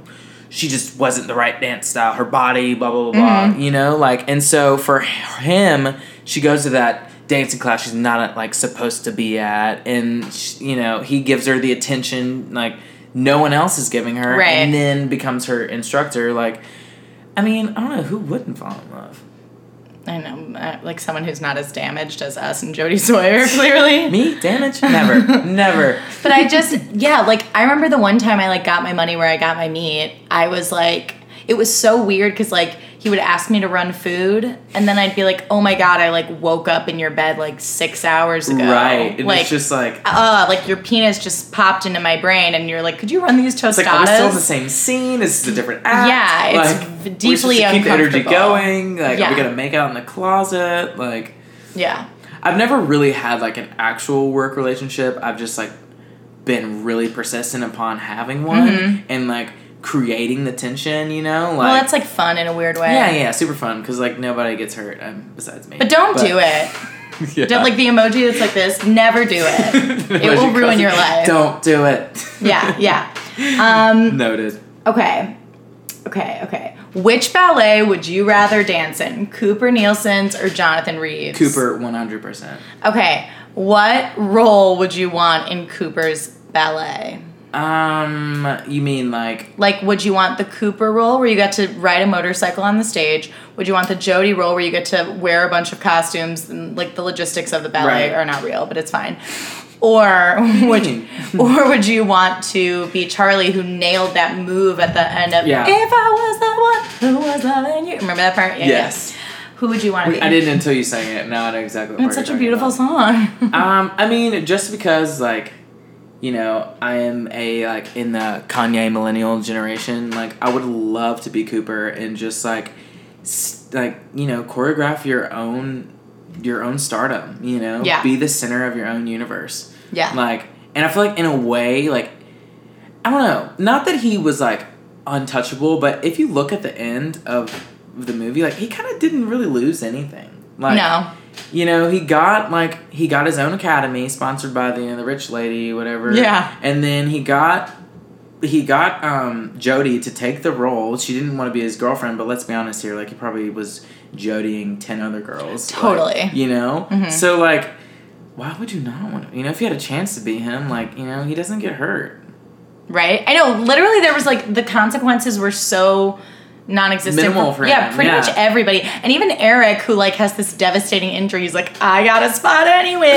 she just wasn't the right dance style her body blah blah blah Mm-hmm. blah you know like and so for him she goes to that dancing class she's not like supposed to be at and sh you know he gives her the attention like no one else is giving her Right. and then becomes her instructor like i mean i don't know who wouldn't fall in love I know, uh, like someone who's not as damaged as us and Jodie Sawyer, clearly. me damage never never but I just yeah, like I remember the one time I like got my money where I got my meat. I was like, it was so weird because like he would ask me to run food, and then I'd be like, oh my god, I like woke up in your bed like six hours ago. right and like it's just like uh, like your penis just popped into my brain, and you're like, could you run these tostadas? It's like, are we still in the same scene? Is this a different act? Yeah, it's Like, v- we're deeply supposed to keep the energy uncomfortable. going. Like, are Yeah. we gonna make out in the closet? Like, yeah, I've never really had like an actual work relationship. I've just like been really persistent upon having one and like creating the tension. You know, like Mm-hmm. well, that's like fun in a weird way. yeah, yeah, super fun because like nobody gets hurt um, besides me. But don't do it. it. Yeah. Don't, like the emoji that's like this. Never do it. it will ruin your life. Don't do it. yeah, yeah. Um, Noted. Okay. Okay, okay. Which ballet would you rather dance in? Cooper Nielsen's or Jonathan Reeves? Cooper, one hundred percent. Okay. What role would you want in Cooper's ballet? Um, you mean like Like, would you want the Cooper role where you got to ride a motorcycle on the stage? Would you want the Jody role where you get to wear a bunch of costumes and like the logistics of the ballet Right. are not real, but it's fine. Or would Hmm. you, or would you want to be Charlie who nailed that move at the end of Yeah. If I was the one who was loving you? Remember that part? Yeah, yeah. yes? Who would you want to be? I didn't until you sang it. Now I know exactly. what It's part such a you're beautiful talking song. about. Um, I mean, just because like, you know, I am a like in the Kanye millennial generation. Like, I would love to be Cooper and just like, s like you know, choreograph your own, your own stardom. You know, Yeah. be the center of your own universe. Yeah. Like, and I feel like in a way, like, I don't know. Not that he was like untouchable, but if you look at the end of the movie, like he kind of didn't really lose anything. Like, no. you know, he got like he got his own academy sponsored by the the rich lady, whatever. Yeah. And then he got he got um Jody to take the role. She didn't want to be his girlfriend, but let's be honest here, like he probably was Jodying ten other girls. like, Totally. you know? So like why would you not want to you know, if you had a chance to be him, like, you know, he doesn't get hurt. Right? I know. Literally, there was like the consequences were so non-existent. Minimal for yeah, him, pretty yeah. much everybody, and even Eric, who like has this devastating injury, he's like, "I got a spot anyways."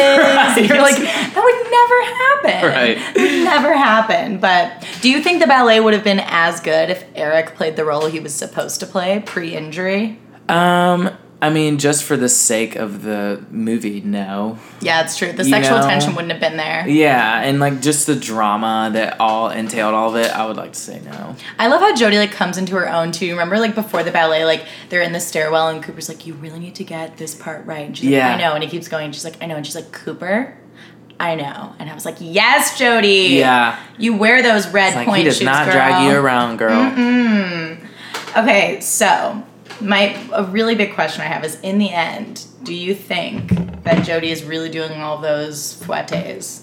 And You're like, Right. that would never happen. Right. It would never happen. But do you think the ballet would have been as good if Eric played the role he was supposed to play pre-injury? Um I mean, just for the sake of the movie, no. Yeah, it's true. The You sexual know. tension wouldn't have been there. Yeah, and like just the drama that all entailed all of it, I would like to say no. I love how Jodie like comes into her own too. Remember like before the ballet, like they're in the stairwell and Cooper's like, "You really need to get this part right." And she's Yeah. like, "I know," and he keeps going. And she's like, "I know," and she's like, "Cooper, I know." And I was like, "Yes, Jodie. Yeah. you wear those red Like point he does shoes, not girl." drag you around, girl. Okay, so my a really big question I have is, in the end, do you think that Jodie is really doing all those fouettes?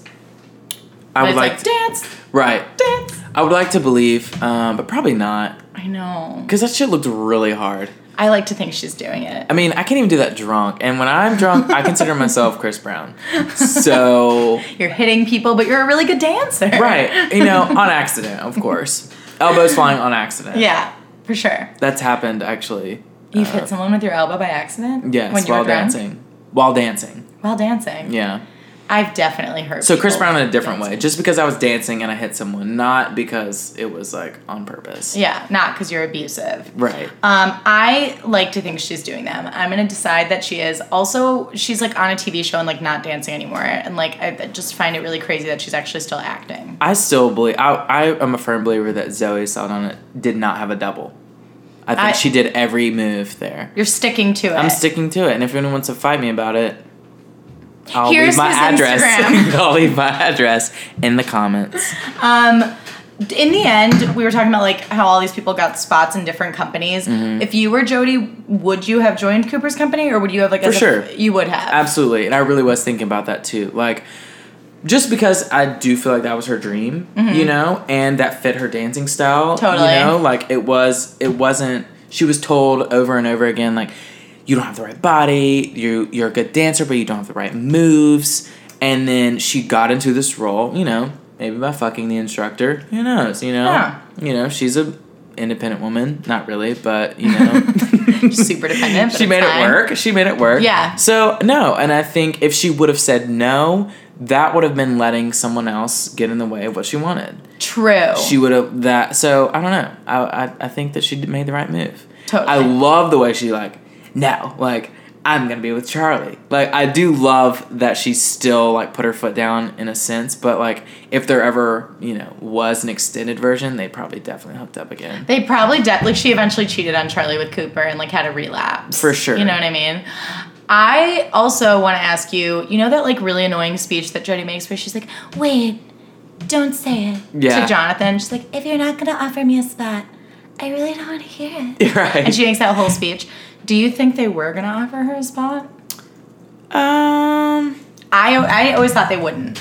I And would it's like, like dance, right. dance. I would like to believe, um, but probably not, I know. because that shit looked really hard. I like to think she's doing it. I mean, I can't even do that drunk, and when I'm drunk, I consider myself Chris Brown. So You're hitting people, but you're a really good dancer. right, you know, on accident, of course, elbows flying on accident. Yeah, for sure. that's happened actually. You've Uh, hit someone with your elbow by accident. Yes, when you while were drunk? dancing. While dancing, While dancing. yeah. I've definitely heard. So Chris people Brown in a different dancing. way, just because I was dancing and I hit someone, not because it was like on purpose. Yeah, not because you're abusive. Right. Um, I like to think she's doing them. I'm gonna decide that she is. Also, she's like on a TV show and like not dancing anymore, and like I I just find it really crazy that she's actually still acting. I still believe I, I am a firm believer that Zoe Saldana did not have a double. I think I- she did every move there. You're sticking to it. I'm sticking to it, and if anyone wants to fight me about it, I'll Here's leave my his address. Instagram. I'll leave my address in the comments. in the end, we were talking about like how all these people got spots in different companies. Mm-hmm. If you were Jody, would you have joined Cooper's company, or would you have like as a- sure. you would have Absolutely, and I really was thinking about that too. Like, just because I do feel like that was her dream, you know, and that fit her dancing style. Mm-hmm. Totally. You know, like it was. It wasn't. She was told over and over again, like, you don't have the right body. You you're a good dancer, but you don't have the right moves. And then she got into this role, you know, maybe by fucking the instructor. Who knows? You know. Yeah. You know, she's a independent woman. Not really, but you know. super dependent. but she it's made fine. it work. She made it work. Yeah. So no, and I think if she would have said no, that would have been letting someone else get in the way of what she wanted. True. She would have that. So I don't know. I I, I think that she made the right move. Totally. I love the way she like no like. I'm gonna be with Charlie. Like I do love that she still like put her foot down in a sense, but like if there ever you know was an extended version, they probably definitely hooked up again. they probably de- like she eventually cheated on Charlie with Cooper and like had a relapse. For sure. You know what I mean? I also want to ask you, you know that like really annoying speech that Jody makes where she's like, "Wait, don't say it." Yeah. To Jonathan, she's like, "If you're not going to offer me a spot, I really don't want to hear it." right. And she makes that whole speech. Do you think they were going to offer her a spot? um. I I always thought they wouldn't.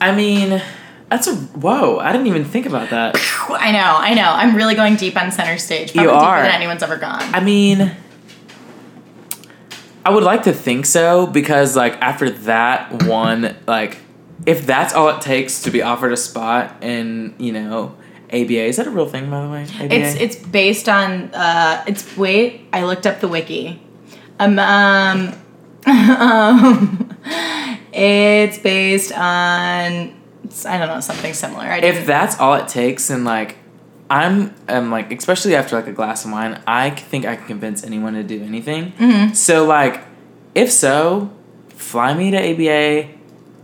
I mean, That's a whoa! I didn't even think about that. I know, I know. I'm really going deep on center stage. Probably are. deeper than anyone's ever gone. I mean, I would like to think so because, like, after that one, like, if that's all it takes to be offered a spot in, you know, ABA, is that a real thing, by the way? ABA? It's it's based on uh it's wait, I looked up the wiki. Um um, um, it's based on it's- I don't know, something similar. I didn't, if that's all it takes, and like, I'm, I'm like, especially after like a glass of wine, I c- think I can convince anyone to do anything. So like, if so, fly me to ABA.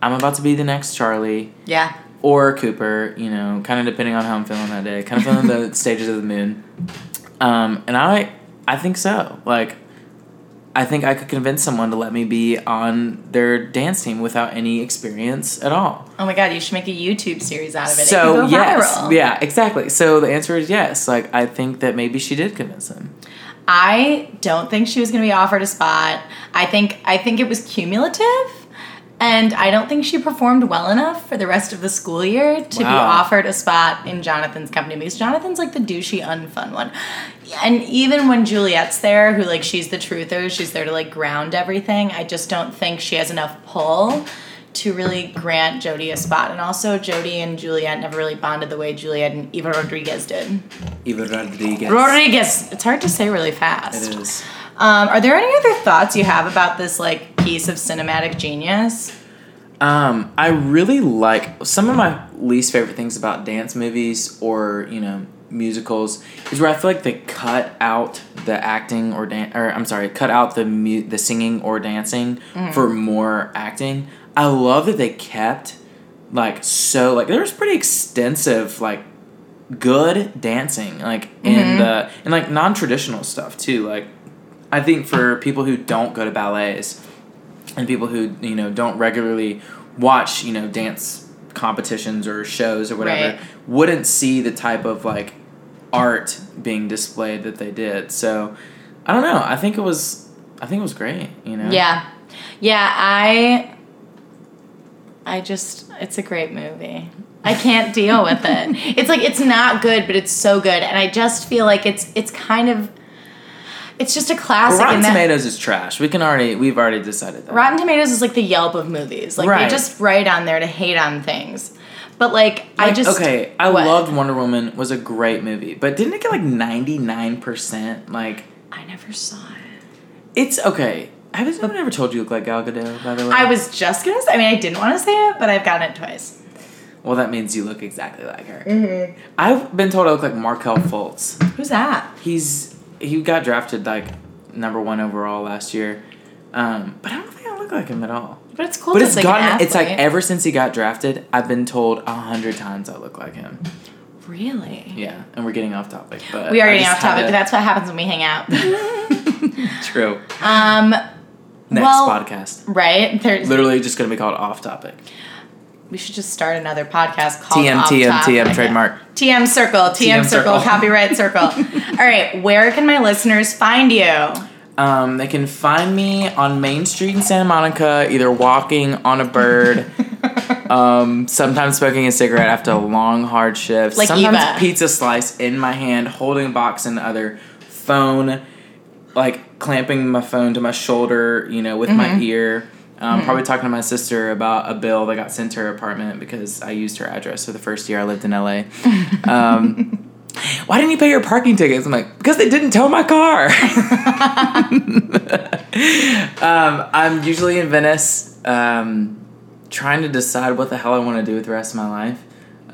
I'm about to be the next Charlie. yeah. or Cooper, you know, kind of depending on how I'm feeling that day, kind of feeling the stages of the moon. Um, and I, I think so. Like, I think I could convince someone to let me be on their dance team without any experience at all. Oh my god, you should make a YouTube series out of it. it So can go yes, viral. yeah, exactly. So the answer is yes. Like, I think that maybe she did convince him. I don't think she was going to be offered a spot. I think I think it was cumulative, and I don't think she performed well enough for the rest of the school year to be Wow. offered a spot in Jonathan's company because Jonathan's like the douchey, unfun one. And even when Juliet's there, who like she's the truther, she's there to like ground everything. I just don't think she has enough pull to really grant Jody a spot. And also, Jody and Juliet never really bonded the way Juliet and Eva Rodriguez did. Eva Rodriguez. Rodriguez. It's hard to say really fast. It is. Um, are there any other thoughts you have about this like piece of cinematic genius? Um, I really like some of my least favorite things about dance movies or you know musicals is where I feel like they cut out the acting or dan- or I'm sorry, cut out the mu- the singing or dancing Mm-hmm. for more acting. I love that they kept like so like there was pretty extensive like good dancing like Mm-hmm. in the and like non traditional stuff too. Like I think for people who don't go to ballets and people who you know don't regularly watch you know dance competitions or shows or whatever Right. wouldn't see the type of like art being displayed that they did so i don't know i think it was i think it was great you know Yeah, yeah. I, I just it's a great movie. I can't deal with it. It's like it's not good, but it's so good, and I just feel like it's it's kind of, it's just a classic. rotten in that, tomatoes is trash we can already we've already decided that Rotten Tomatoes is like the Yelp of movies. Like they Right. just write on there to hate on things, but like, I Like, just okay i what? loved wonder woman was a great movie but didn't it get like 99% like I never saw it. it's okay have anyone ever told you you look like gal gadot by the way I was just gonna say, I mean, I didn't want to say it, but I've gotten it twice. Well, that means you look exactly like her. Mm-hmm. I've been told I look like Markel Fultz. Who's that? He's he got drafted like number one overall last year, um, but I don't think I look like him at all. But it's cool. but to it's sing an gotten it's like athlete. ever since he got drafted, I've been told a hundred times I look like him. really. Yeah, and we're getting off topic, but We are I getting just off topic, had but to- that's what happens when we hang out, true. um, Next well- podcast, right? There's, literally just gonna be called off topic. we should just start another podcast called TM Off TM Topic. TM trademark. TM Circle, TM, TM Circle, Circle. Copyright Circle. All right, where can my listeners find you? Um, they can find me on Main Street in Santa Monica, either walking on a bird, um, sometimes smoking a cigarette after a long, hard shift, Like sometimes Eva. pizza slice in my hand, holding a box in the other, phone, like clamping my phone to my shoulder, you know, with my Mm-hmm. ear. Um, Probably talking to my sister about a bill that got sent to her apartment because I used her address for the first year I lived in LA. Um, Why didn't you pay your parking tickets? I'm like, because they didn't tow my car. Um, I'm usually in Venice, um, trying to decide what the hell I want to do with the rest of my life.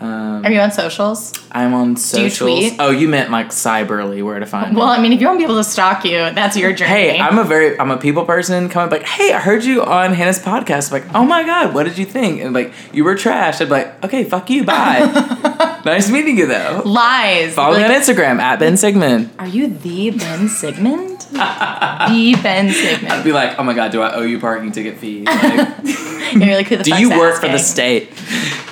Um, Are you on socials? I'm on you socials. tweet? Oh, you meant like cyberly, where to find Well, me. I mean, if you want people to stalk you, that's your journey. Hey, I'm a very I'm a people person. Come up like, hey, I heard you on Hannah's podcast. I'm like, oh my god, what did you think? And like, you were trash. I'd be like, okay, fuck you, bye. nice meeting you though. lies. Follow Like, me on Instagram at Ben Sigmund. Are you the Ben Sigmund? the Ben I'd Sigmund. be like, oh my god, do I owe you parking ticket fees? Like, You're like, who the do fuck's you work for the asking? state?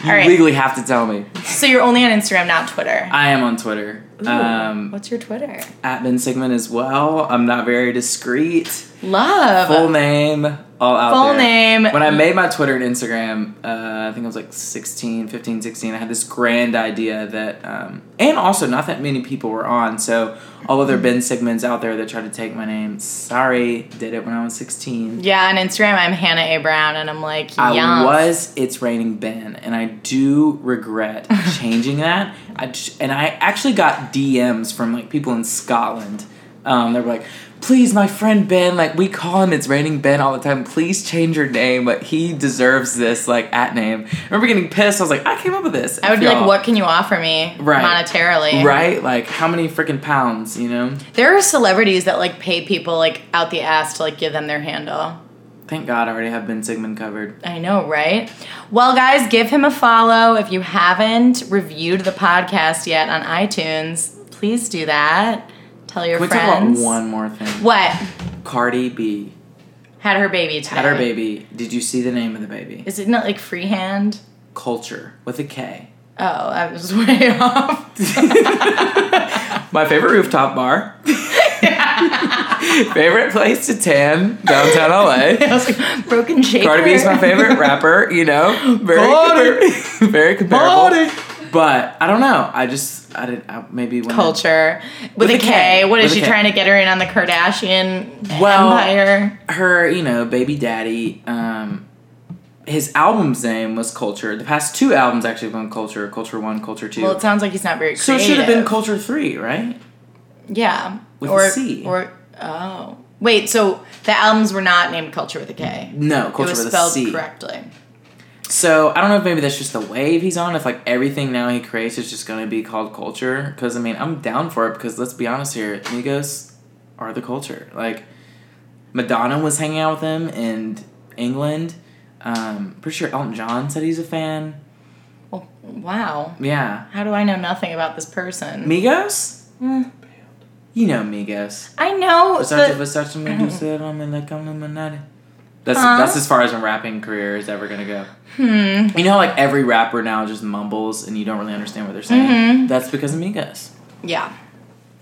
You All right. legally have to tell me. So you're only on Instagram, not Twitter. I am on Twitter. Ooh, Um, what's your Twitter? at Ben Sigmund as well. I'm not very discreet. Love. Full name, all out Uh, Full there. name. When I made my Twitter and Instagram, uh, I think I was like 16, 15, 16, I had this grand idea that, um, and also not that many people were on. So all other Ben Sigmunds out there that tried to take my name, sorry, did it when I was 16. yeah, on Instagram, I'm Hannah A. Brown, and I'm like, I yum. was It's Raining Ben, and I do regret changing that. I j- and I actually got DMs from like people in Scotland. Um, they were like, "Please, my friend Ben, like we call him It's Raining Ben all the time. Please change your name. Like he deserves this like at name." I remember getting pissed. I was like, "I came up with this." I would be like, Y'all- what can you offer me Right. monetarily? Right? Like how many freaking pounds? You know? There are celebrities that like pay people like out the ass to like give them their handle. Thank God I already have Ben Sigmund covered. I know, right? Well, guys, give him a follow if you haven't reviewed the podcast yet on iTunes. Please do that. Tell your Can we talk about friends. one more thing? What? Cardi B Had her baby today. had her baby. Did you see the name of the baby? Is it not like freehand? culture with a K. Oh, I was way off. My favorite rooftop bar. favorite place to tan downtown LA. I was like, broken shaker. Cardi B is my favorite rapper. You know, very compar- very comparable. Cardi. But I don't know. I just I did I, maybe when I- Culture with, With a a K. K. What is With a she K. trying to get her in on the Kardashian Well- empire? her you know baby daddy. Um, his album's name was Culture. The past two albums actually have been Culture. Culture One, Culture Two. Well, it sounds like he's not very so it creative. should have been Culture Three, right? Yeah. With a or, C. Or oh. Wait, so the albums were not named Culture with a K. No, It Culture was with spelled a C. correctly. So I don't know if maybe that's just the wave he's on. If like everything now he creates is just gonna be called culture, because I mean I'm down for it. Because let's be honest here, Migos are the culture. Like Madonna was hanging out with him in England. Um, pretty sure Elton John said he's a fan. Well, wow. Yeah, How do I know nothing about this person? Hmm. Migos. You know Migos. I know. Versace, The, Versace, Medusa, I'm in like I'm Illuminati. That's Huh? Hmm. that's as far as my rapping career is ever gonna go. You know, how, like every rapper now just mumbles and you don't really understand what they're saying. Mm-hmm. That's because of Migos. yeah.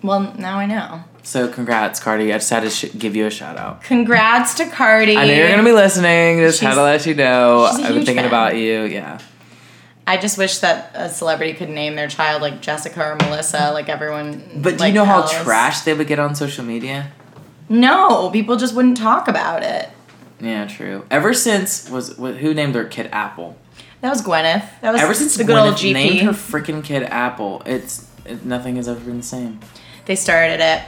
Well, now I know. So congrats, Cardi. I just had to sh- give you a shout out. Congrats to Cardi. I know you're gonna be listening. Just had She's- to let you know. she's a I've been huge thinking fan. about you. Yeah. I just wish that a celebrity could name their child like Jessica or Melissa, like everyone. But do like, you know else. how trash they would get on social media? No, people just wouldn't talk about it. Yeah, true. Ever since was wh- who named their kid Apple? That was Gwyneth. That was Ever since the good Gwyneth old GP. named her freaking kid Apple, it's it, nothing has ever been the same. They started it.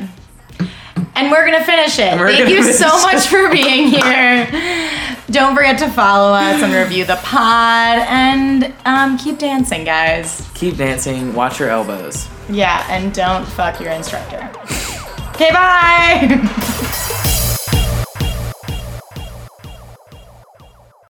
And we're going to finish it. we're Thank gonna you finish so it. much for being here. Don't forget to follow us and review the pod and um, keep dancing, guys. Keep dancing, watch your elbows. Yeah, and don't fuck your instructor. Okay, bye.